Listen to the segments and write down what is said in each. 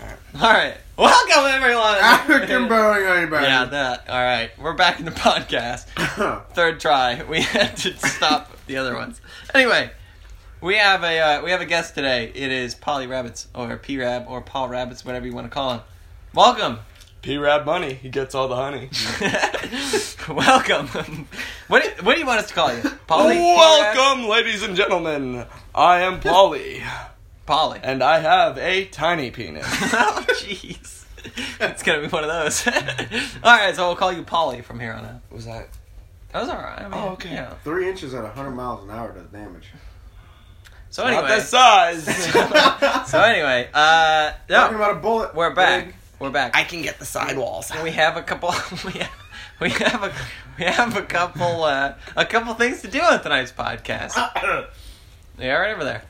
All right. Welcome everyone. African bowling, everybody. Yeah, that. All right. We're back in the podcast. Third try. We had to stop the other ones. Anyway, we have a uh, we have a guest today. It is Polly Rabbits or P Rab or Paul Rabbits, whatever you want to call him. Welcome. P Rab Money. He gets all the honey. Welcome. what do, what do you want us to call you? Polly. Oh, Welcome, ladies and gentlemen. I am Polly, Polly. and I have a tiny penis. oh jeez. It's gonna be one of those. all right, so we'll call you Polly from here on out. Was that? That was all right. I mean, Oh, okay. you know. Three inches at 100 miles an hour does damage. So Not that anyway, size. so anyway, uh, Talking no, about a bullet. we're back. Big. We're back. can get the sidewalls. we have a couple. We have, we have a we have a couple uh, a couple things to do on tonight's podcast. Yeah, right over there.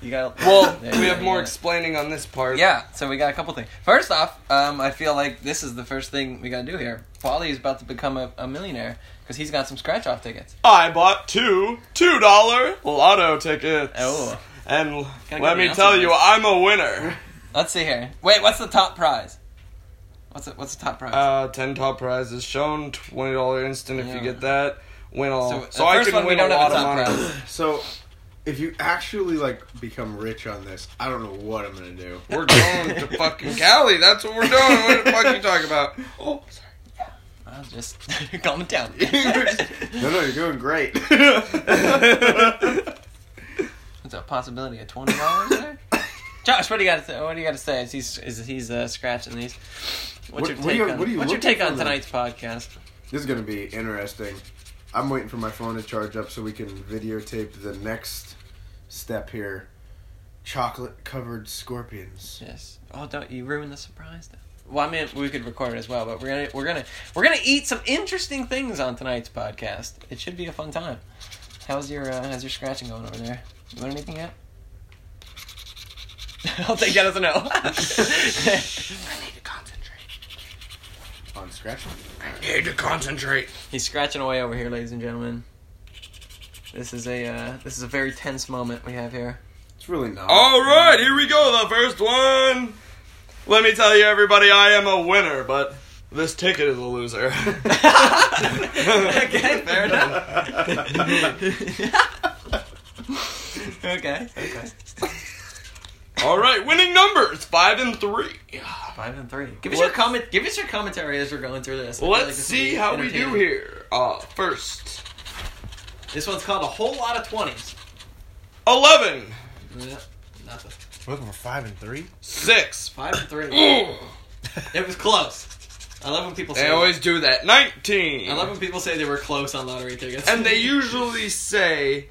You got. Well, there you we go, have more yeah. explaining on this part. Yeah, so we got a couple things. First off, um, I feel like this is the first thing we gotta do here. Paulie is about to become a, a millionaire because he's got some scratch off tickets. I bought two two dollar lotto tickets. Oh. And Gotta let get me the tell you, announcement. I'm a winner. Let's see here. Wait, what's the top prize? What's the, what's the top prize? Uh, ten top prizes shown. Twenty dollar instant if Yeah. you get that. Win all. So, So, the I first can one, we win don't a have lot a of top money. prize. So, if you actually like become rich on this, I don't know what I'm gonna do. We're going to fucking Cali. That's what we're doing. What the fuck you talking about? Oh, I was just calming down. No, no, you're doing great. sorry. What's a possibility of twenty dollars there? Josh, what do you got? To, what do you got to say? As he's as he's uh, scratching these. What's your What- what take do you- on, what do you what's your looking take for on then? tonight's podcast? this is gonna be interesting. I'm waiting for my phone to charge up so we can videotape the next step here. Chocolate covered scorpions. Yes. Oh, don't you ruin the surprise? Then. Well, I mean, we could record it as well, but we're gonna we're gonna we're gonna eat some interesting things on tonight's podcast. It should be a fun time. How's your uh, how's your scratching going over there? You learn anything yet? I'll take that as a no. I need to concentrate. On scratching. I need to concentrate. He's scratching away over here, ladies and gentlemen. This is a uh, this is a very tense moment we have here. It's really not. Oh, All right, here we go. The first one. Let me tell you, everybody, I am a winner, but this ticket is a loser. okay, fair enough. okay, okay. All right, winning numbers five and three. Five and three. Give us your Let's- comment. Give us your commentary as we're going through this. I feel like Let's this will see be how we do entertaining. here. Uh, first, This one's called a whole lot of twenties. eleven, Nothing. Looking for five and three. six. Five and three. Ooh, it was close. I love when people say. They always do that. Nineteen. I love when people say they were close on lottery tickets. and they usually say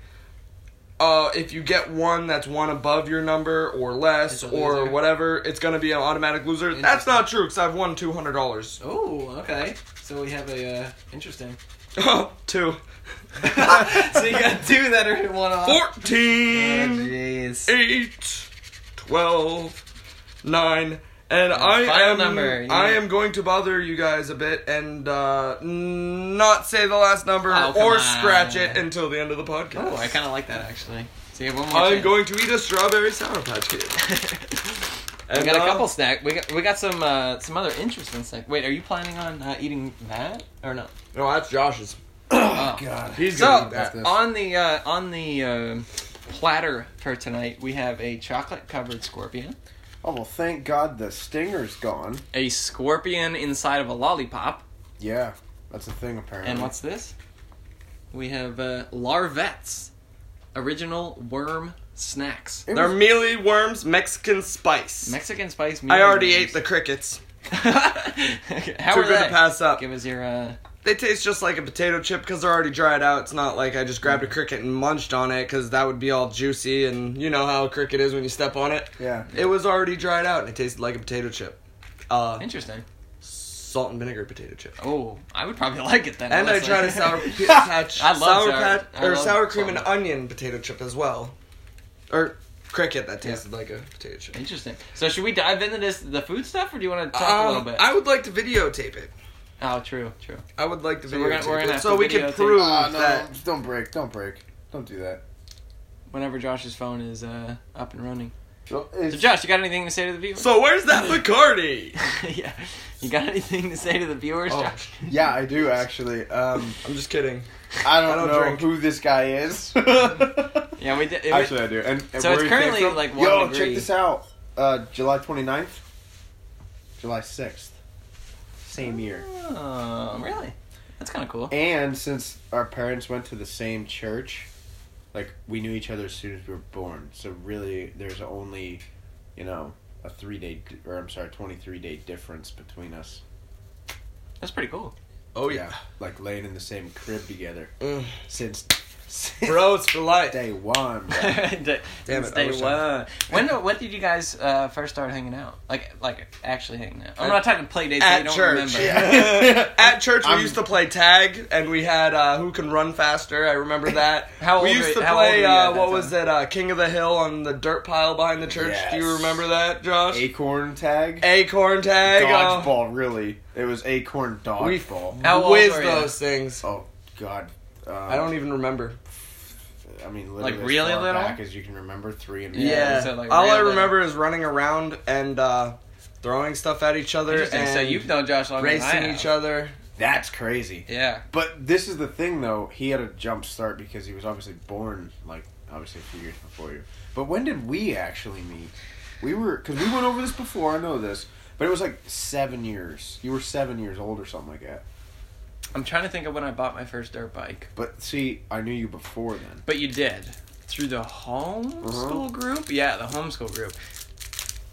uh, if you get one that's one above your number or less It's a or loser. whatever, it's going to be an automatic loser. That's Interesting. not true because I've won two hundred dollars. Oh, okay. So we have a uh, interesting. so two. you got two that are in one off. Oh, Fourteen. Jeez. Eight. Twelve. Nine. And I final am number, you- I am going to bother you guys a bit and uh, n- not say the last number Oh, come or on. scratch it until the end of the podcast. Oh, I kind of like that actually. So you have one more. I'm chance. going to eat a strawberry sour patch kid. we And, got a uh, couple snack. We got we got some uh, some other interesting snack. Wait, are you planning on uh, eating that or no? No, that's Josh's. Oh. God. He's So gonna eat that. on the uh, on the um platter for tonight, we have a chocolate covered scorpion, Oh well, thank God the stinger's gone. a scorpion inside of a lollipop, Yeah, that's a thing apparently. and what's this? We have uh, larvettes, original worm snacks, It They're was- mealy worms, Mexican spice. Mexican spice. I already ate the crickets. okay, how Too are good they? to pass up. Give us your. Uh, They taste just like a potato chip because they're already dried out. It's not like I just grabbed a cricket and munched on it because that would be all juicy and you know how a cricket is when you step on it. yeah. It was already dried out and it tasted like a potato chip. Uh, interesting. salt and vinegar potato chip. Oh, I would probably like it then. And I unless tried a sour p- patch, I love sour- sour patch, I or love sour cream salt. and onion potato chip as well, or cricket that tasted like a potato chip. Interesting. So should we dive into this the food stuff, or do you want to talk a Um, little bit? I would like to videotape it. Oh, true, true. I would like to So videotape we're gonna- we're gonna it have so to we can videotape- prove Uh, no, that. don't break, don't break, don't do that. Whenever Josh's phone is uh, up and running. Well, So, it's- Josh, you got anything to say to the viewers? So where's that Bacardi? yeah. You got anything to say to the viewers, Oh. Josh? yeah, I do actually. Um, I'm just kidding. I don't, I don't know drink. who this guy is. actually, Yeah, we did. It, I do. And, and So it's where he came currently, from- like, one Yo, degree. check this out. Uh, July 29th, July 6th, same year. Oh, really? That's kind of cool. And since our parents went to the same church, like we knew each other as soon as we were born. So really, there's only, you know, a three day or I'm sorry, twenty three day difference between us. That's pretty cool. Oh yeah. like laying in the same crib together Mm. since, since Bro, it's for life. day one. bro. Damn it! Damn it, I Day wish I- one. When do- when did you guys uh, first start hanging out? Like like actually hanging out. I'm At- not talking play dates. at I don't church. remember. Yeah. At church, we I'm- used to play tag, and we had uh, who can run faster. I remember that. How we old used were- to how old were play. you Uh, at that what was time? it? Uh, King of the Hill on the dirt pile behind the church. Do you Yes. remember that, Josh? acorn tag, Acorn tag. uh, dodgeball. Really, it was acorn We dodgeball. How old whiz were ya? those things. Oh God, um, I don't even remember. I mean, e-, Like, literally as really far little? back as you can remember, three and Yeah, Yeah. so, like, All I real remember is running around and uh, throwing stuff at each other Interesting. and So you've known Josh longer than I racing have. each other. That's crazy. Yeah. But this is the thing, though. He had a jump start because he was obviously born, like, obviously a few years before you. But when did we actually meet? We were, because we went over this before, I know this. But it was like seven years. You were seven years old or something like that. I'm trying to think of when I bought my first dirt bike. But see, I knew you before then. But you did through the homeschool Uh-huh. group. Yeah, the homeschool group.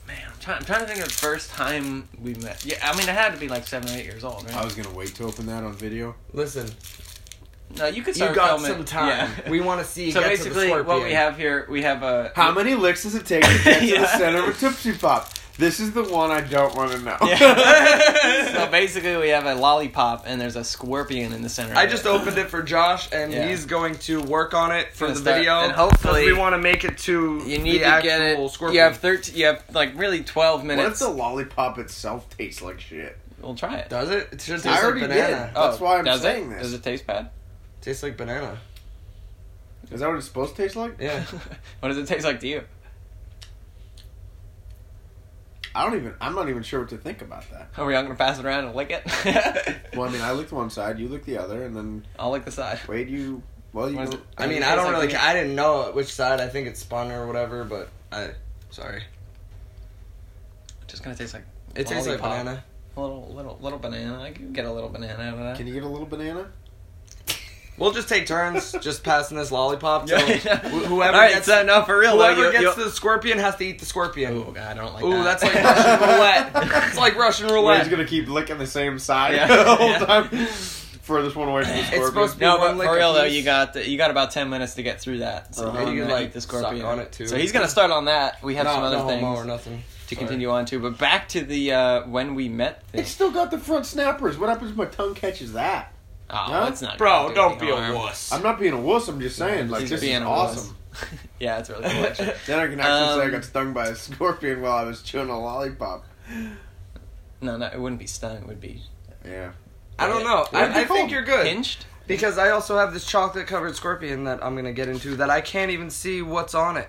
Man, I'm, try- I'm trying to think of the first time we met. Yeah, I mean, I had to be like seven or eight years old, right? I Uh, was going to wait to open that on video. Listen, no, you could you start got filming. some time. Yeah. We want to see you so get basically, to the what we have here, we have a How many licks does it take to get to the Yeah. center of a Tipsy Pop? This is the one I don't want to know. Yeah. so basically, we have a lollipop and there's a scorpion in the center. of I it. just opened it for Josh, and Yeah. he's going to work on it for Gonna the start- video. and hopefully- 'cause we want to make it to You need the to get actual it. Scorpion. You have thirteen. You have like really twelve What if minutes. the lollipop itself tastes like shit? we'll try it. Oh, Does it? It should taste I like already banana. did. That's why I'm does saying it? this. Does it taste bad? Tastes like banana. Is that what it's supposed to taste like? Yeah. what does it taste like to you? I don't even. I'm not even sure what to think about that. Are we all gonna pass it around and lick it? Well, I mean, I licked one side, you licked the other, and then I'll lick the side. Wade, you. Well, you. What is know- it? I Does it mean, taste I don't like really. banana? I didn't know which side. I think it spun or whatever, but I. Sorry. Just gonna taste like. It tastes like lollipop. banana. A little, little, little banana. I can get a little banana out of that. Can you get a little banana? We'll just take turns, just passing this lollipop. So Yeah. wh- whoever All right, gets so no, for real. whoever though, you- gets you- the scorpion has to eat the scorpion. Oh god, I don't like Ooh, that. that's like Russian roulette. It's like Russian roulette. Wade's gonna keep licking the same side Yeah. the whole Yeah. time. Furthest one away from the It's scorpion. supposed to be- No, one but lick for real though, apiece. you got the, you got about ten minutes to get through that. So Uh-huh. then And you you can, like like, the suck scorpion on it, too. So he's gonna start on that. We have No, some other no homo or things nothing. to Sorry. continue on to, but back to the uh, when we met thing. It's still got the front snappers. What happens if my tongue catches that? Oh, Huh? that's not. gonna do Bro, don't any be a harm. wuss. I'm not being a wuss. I'm just saying, like He's this being is a wuss. awesome. yeah, it's really cool. Then I can actually say I Um, got stung by a scorpion while I was chewing a lollipop. no, no, it wouldn't be stung. It would be Yeah. I don't know. What'd you I, I call think him? you're good. pinched. Because I also have this chocolate covered scorpion that I'm gonna get into that I can't even see what's on it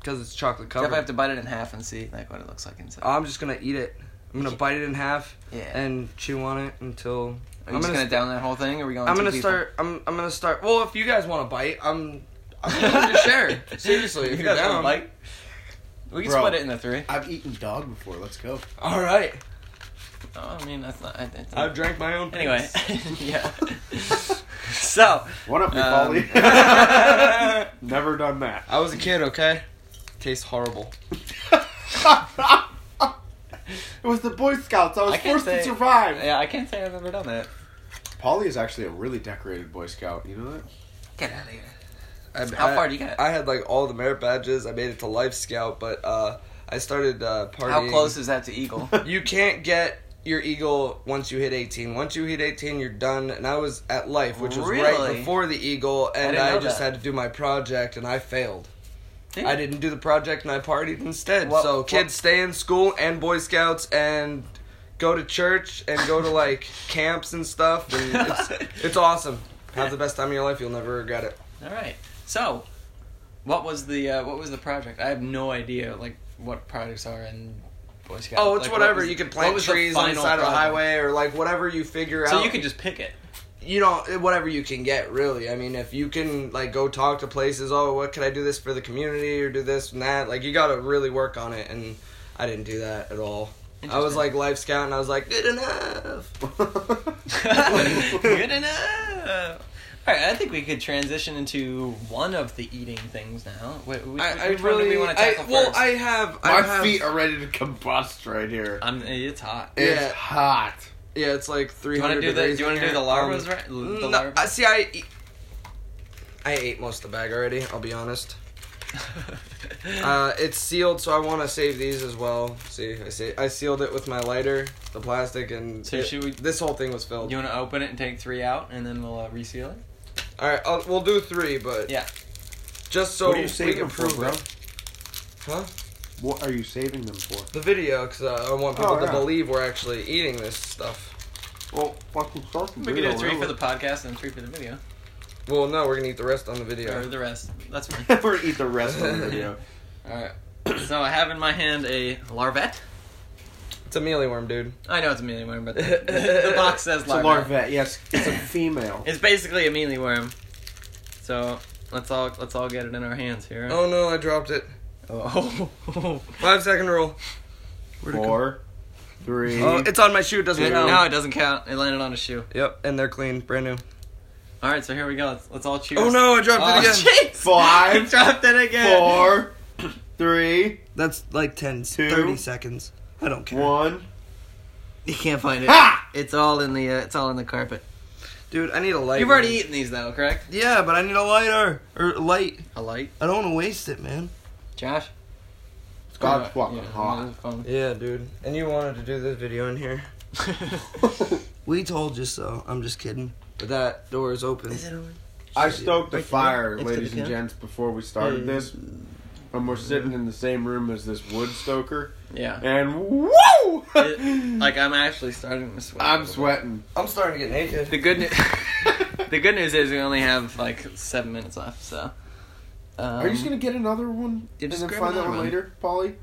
because it's chocolate Except covered. I have to bite it in half and see like what it looks like inside. I'm just gonna eat it. I'm gonna bite it in half yeah. Uh, and chew on it until Are you I'm just gonna gonna down that whole thing? Or are we going? I'm two gonna people? start. I'm I'm gonna start. Well, if you guys want to bite, I'm I'm willing to share. Seriously, if You you guys are wanna down. bite? We can Bro. split it into three. I've eaten dog before. Let's go. All right. Oh, I mean, that's not. I, that's I've drank my own. Anyway, yeah. so, What up, Um, Nepali? I Never done that. was a kid. Okay. Tastes horrible. It was the Boy Scouts. I was I can't forced to say- Uh, survive. yeah, I can't say I've ever done that. Polly is actually a really decorated Boy Scout. You know that? Get out of here. I- How I- far do you get? I had like all the merit badges. I made it to Life Scout, but uh, I started uh, partying. How close is that to Eagle? You can't get your eagle once you hit 18. Once you hit 18, you're done. And I was at Life, which was right Really? before the eagle, and didn't I, know just that. had to do my project, and I failed. Dude, I didn't do the project, and I partied instead. Well- so well- kids, stay in school and Boy Scouts and go to church and go to like camps and stuff. And it's, it's awesome. Have the best time of your life. You'll never regret it. All right. So, what was the uh, what was the project? I have no idea. Like, what products are in Boy Scouts. Oh, it's Like, what whatever. was- you can what plant was trees on the final side of the product? highway or like whatever you figure out. So you can just pick it. you know whatever you can get really. I mean, if you can like go talk to places, oh, what can I do this for the community or do this and that? Like you got to really work on it, and I didn't do that at all. I was Interesting. like life scout, and I was like good enough. Good enough. All right, I think we could transition into one of the eating things now. Wait, which, I, I which one do really we want to I, tackle well, first? I have I My have, feet are ready to combust right here. I'm, it's hot. Yeah. It's hot. Yeah, it's like Do three you want hundred to do the? Do degrees. Um, you want to do the larvas? right? L- The no, larva. I see. I eat, I ate most of the bag already. I'll be honest. Uh, it's sealed, so I want to save these as well. See, I see, I sealed it with my lighter, the plastic, and So it- should we- This whole thing was filled. you want to open it and take three out, and then we'll uh, reseal it. All right, I'll, we'll do three, but Yeah. just so what are you we saving can them for, prove bro? it. Huh? What are you saving them for? The video, because uh, I want people Oh, to yeah. believe we're actually eating this stuff. Well, fucking fucking We could do three for the podcast and three for the video, Well, no, we're gonna eat the rest on the video. or the rest. That's fine. We're gonna eat the rest of the video. All right. So I have in my hand a larvette. It's a mealyworm, dude. I know it's a mealy worm, but the, the box says It's a larvette. larvette. Yes, it's a female. It's basically a mealy worm. So let's all let's all get it in our hands here. Oh no, I dropped it. Oh. Five second rule. Four, three. Oh, it's on my shoe. It doesn't Dude. count. no, it doesn't count. It landed on a shoe. Yep, and they're clean, brand new. All right, so here we go. Let's, let's all cheers. Oh no, I dropped Oh, it again. jeez. Five, dropped it again. four, three, That's like 10, Two. 30 seconds. I don't care. one. You can't find it. Ha! It's all in the uh, it's all in the carpet. Dude, I need a light. You've already eaten these though, correct? Yeah, but I need a lighter or light. A light, I don't want to waste it, man. Josh. God's fucking hot. hot. Yeah, dude. And you wanted to do this video in here. We told you so. I'm just kidding. But that door is open. I stoked the fire, It's to ladies the and can. gents, before we started this. And we're sitting in the same room as this wood stoker. yeah. And woo! It- like I'm actually starting to sweat. a I'm little bit. sweating. I'm starting to get naked. The good news. the good news is we only have like seven minutes left. So. Um, Are you just gonna get another one Yeah, and just then grab find that another one one. later, Polly?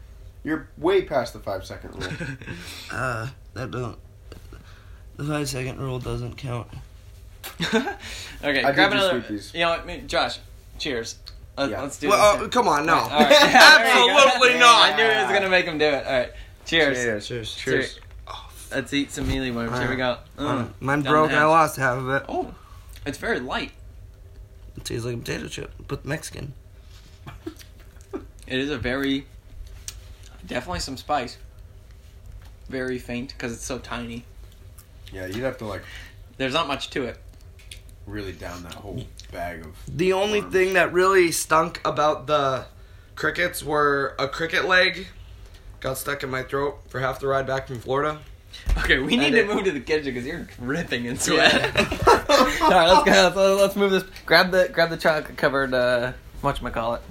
You're way past the five second rule. um, Uh, that don't. The five second rule doesn't count. okay, I did grab just another. read these. You know, what, I mean, Josh. Cheers. Let, Yeah. Let's do Well, this. oh, come on, no. All right. There you go. Absolutely I not. knew it was gonna make him do it. All right. Cheers. Cheers. Cheers. Let's eat some mealy worms. Here we go. Mm. Mm, Mine Down broke. the I hatch. lost half of it. Oh, it's very light. It tastes like a potato chip, but Mexican. It is a very, definitely some spice. Very faint because it's so tiny. yeah, you'd have to like There's not much to it. really down that whole bag of. The only Worms. thing that really stunk about the crickets were a cricket leg got stuck in my throat for half the ride back from Florida. Okay, we need did. to move to the kitchen because you're dripping in sweat. All right, let's go. Let's, let's move this. Grab the grab the chocolate covered. Uh, what call it?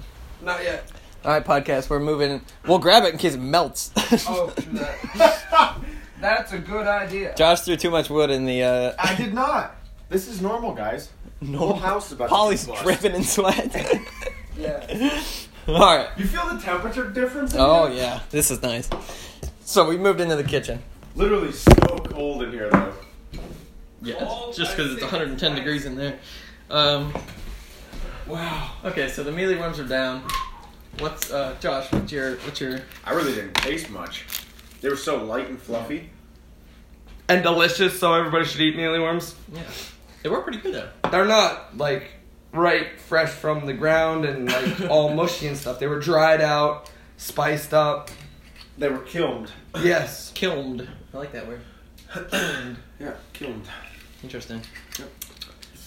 Not yet. All right, podcast. We're moving. We'll grab it in case it melts. Oh, That's a good idea. Josh threw too much wood in the. Uh, I did not. This is normal, guys. no, house is about to Polly's combust. dripping in sweat. Yeah. All right. You feel the temperature difference? in Oh here? yeah, this is nice. So we moved into the kitchen. Literally so cold in here though. Yeah, just because it's 110 degrees in there. Um, wow. Okay, so the mealy worms are down. What's uh, Josh? What's your what's your I really didn't taste much. They were so light and fluffy. And delicious, so Oh, everybody should eat mealyworms. yeah? They were pretty good though. They're not like right fresh from the ground and like all mushy and stuff. They were dried out, spiced up. They were kilned. Yes. Kilned. I like that word. Yeah, kilned. Interesting. Yep.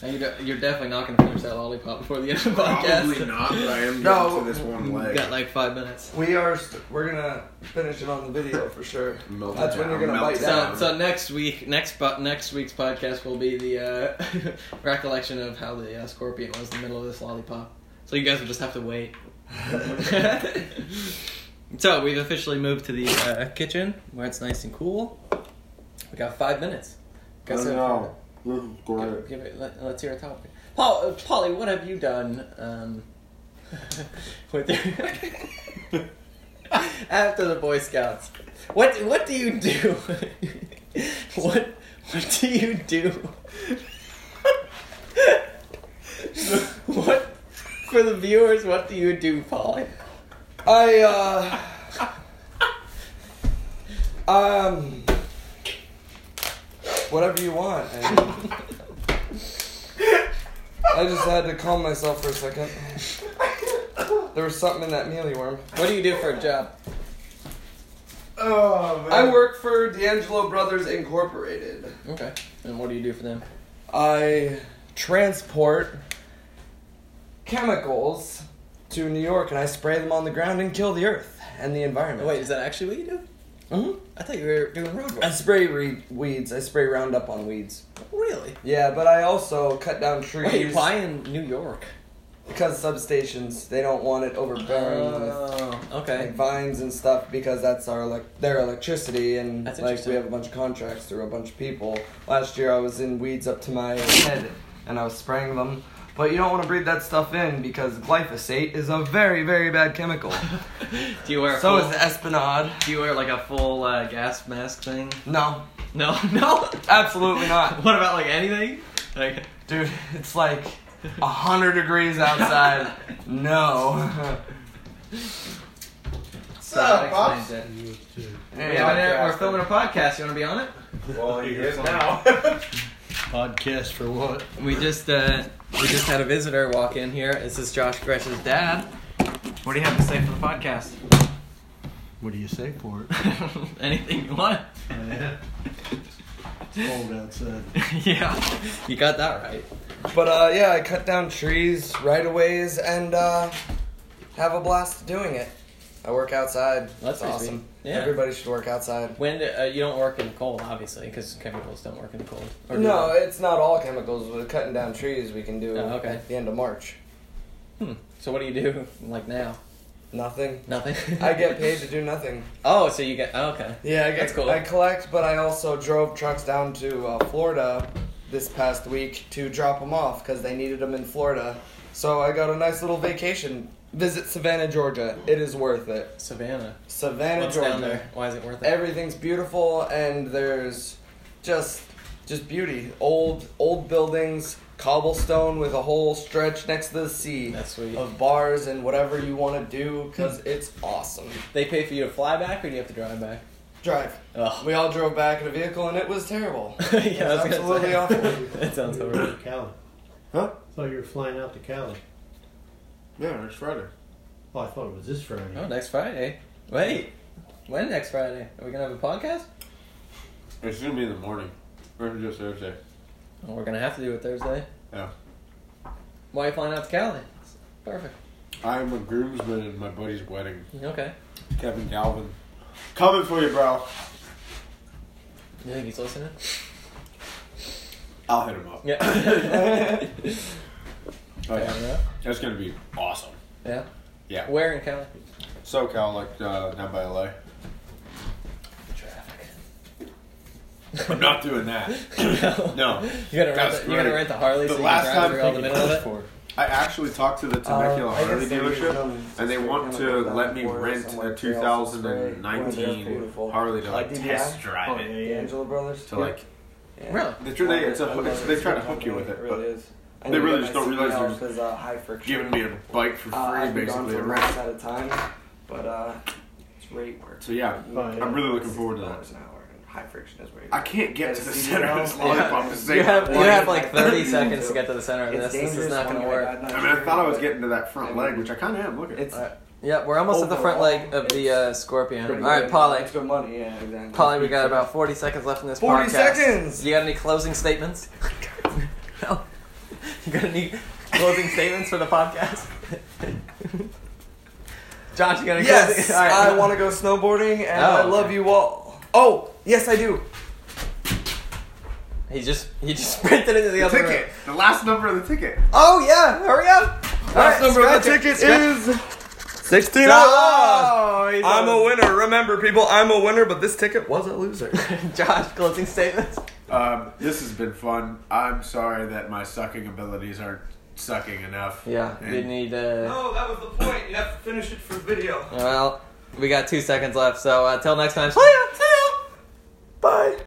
Now you're, de- you're definitely not gonna finish that lollipop before the end of the podcast. Probably not, but I am No. getting to this one We've leg. got like five minutes. We are. St- we're gonna finish it on the video for sure. Melt That's it when you're down, gonna melt bite it So, down. so next week, next po- next week's podcast will be the uh, recollection of how the uh, scorpion was in the middle of this lollipop. So you guys will just have to wait. so we've officially moved to the uh, kitchen where it's nice and cool. We got five minutes. Got I some- know. This is Give, great. give it, let, us hear a topic. Paul, uh, Polly, what have you done um, with your? after the Boy Scouts. What what do you do? what what do you do? what for the viewers? What do you do, Polly? I uh um whatever you want. I, I just had to calm myself for a second. There was something in that mealyworm. What do you do for a job? Oh man. I work for D'Angelo Brothers Incorporated. Okay. And what do you do for them? I transport chemicals to New York and I spray them on the ground and kill the earth and the environment. Wait, is that actually what you do? Mhm. I thought you were doing road I work. spray re- weeds. I spray Roundup on weeds. Really? Yeah, but I also cut down trees. Wait, why in New York? Because substations, they don't want it Oh, Uh. overgrown with okay. like, vines and stuff because that's our elec- their electricity and That's like interesting. we have a bunch of contracts through a bunch of people. Last year I was in weeds up to my head and I was spraying them. But you don't want to breathe that stuff in because glyphosate is a very, very bad chemical. do you wear a so full, is Espinade. do you wear like a full uh, gas mask thing? No, No, no. absolutely not. What about like anything? Like Dude, it's like a hundred degrees outside. no. so that explains it. Anyway, Yeah, we're, we're filming a podcast. You want to be on it? Well, he is now. Podcast for what? We just uh, we just had a visitor walk in here. This is Josh Gresh's dad. What do you have to say for the podcast? What do you say for it? anything you want. it's cold outside. yeah, you got that right. But uh, yeah, I cut down trees, right of ways, and uh, have a blast doing it. I work outside. That's That's nice, awesome. man. Yeah. Everybody should work outside. When uh, you don't work in the cold, obviously, because chemicals don't work in the cold. Or do No, they? it's not all chemicals. With cutting down trees, we can do Oh, okay. at the end of March. Hmm. So what do you do like now? Nothing. Nothing. I get paid to do nothing. Oh, so you get oh, okay. Yeah, I get, That's cool. I collect, but I also drove trucks down to uh, Florida this past week to drop them off because they needed them in Florida. So I got a nice little vacation. Visit Savannah, Georgia. It is worth it. Savannah. Savannah, What's Georgia. down there? Why is it worth it? Everything's beautiful, and there's just just beauty. Old old buildings, cobblestone with a whole stretch next to the sea That's sweet. of bars and whatever you want to do because it's awesome. They pay for you to fly back, or do you have to drive back? Drive. Oh, We all drove back in a vehicle, and it was terrible. yeah, I was gonna absolutely say. awful. that sounds horrible. Cali. Huh? I thought you were flying out to Cali. Yeah, next Friday. Oh, I thought it was this Friday. Oh, next Friday. Wait, when next Friday? Are we gonna have a podcast? It's gonna be in the morning. We're gonna do it Thursday. Oh, we're gonna have to do it Thursday. Yeah. Why are you flying out to Cali? Perfect. I'm a groomsman at my buddy's wedding. Okay. Kevin Galvin. Coming for you, bro. You think he's listening? I'll hit him up. Yeah. Oh, Fair yeah. enough. That's gonna be awesome. Yeah. Yeah. Where in Cali? SoCal, like uh, down by LA. Traffic. I'm not doing that. No. You gotta rent. That's The, you gotta great. rent the Harley. The so last you time can drive through all the thinking middle of it. for. I actually talked to the Temecula Uh, I Harley guess they were dealership, done. and they want Just to spray let down me Florida rent somewhere. a They also spray- Well, they're 2019 beautiful. Harley to like Like DDI? test drive yeah, it. The yeah. Angelo Brothers. To like, Oh, Yeah. Really? the truth is, it's a I hook, love it's, it. they It's try a to good hook you with company. it, really but is. I they need to really get just don't my realize CDL they're 'cause, uh, high friction. giving me a bike for Uh, free I've been gone basically to for rent. months at a time, but uh, it's rate work. So yeah, Fine. I'm really looking forward to that. $60 An hour and high friction is where you I can't get to the As a center of this CDL, lollipop to You save have, you one. have like 30 It's seconds to get to the center of this. This is not going when to you're work. at night I mean, I thought I was shift, getting to that front leg, which I kind of am. Look but at It's Alright. Yeah, we're almost at the front leg of the uh, Scorpion. All right, Polly. It's good money, yeah, exactly. Polly, we got about 40 seconds left in this 40 podcast. seconds! You got any closing statements? no. You got any closing statements for the podcast? Josh, you got any Yes, closing? All right. I want to go snowboarding, and Oh, I love okay. you all. Oh, yes, I do. He just he just sprinted into the the other ticket. room. The last number of the ticket. Oh yeah, hurry up. Last number of the ticket is sixteen Oh, he's I'm on- a winner. Remember, people, I'm a winner, but this ticket was a loser. Josh, closing statements. Um, this has been fun. I'm sorry that my sucking abilities aren't sucking enough. Yeah, And- we need. Uh, that was the point. You have to finish it for video. Well, We got two seconds left, so uh, till next time. See ya!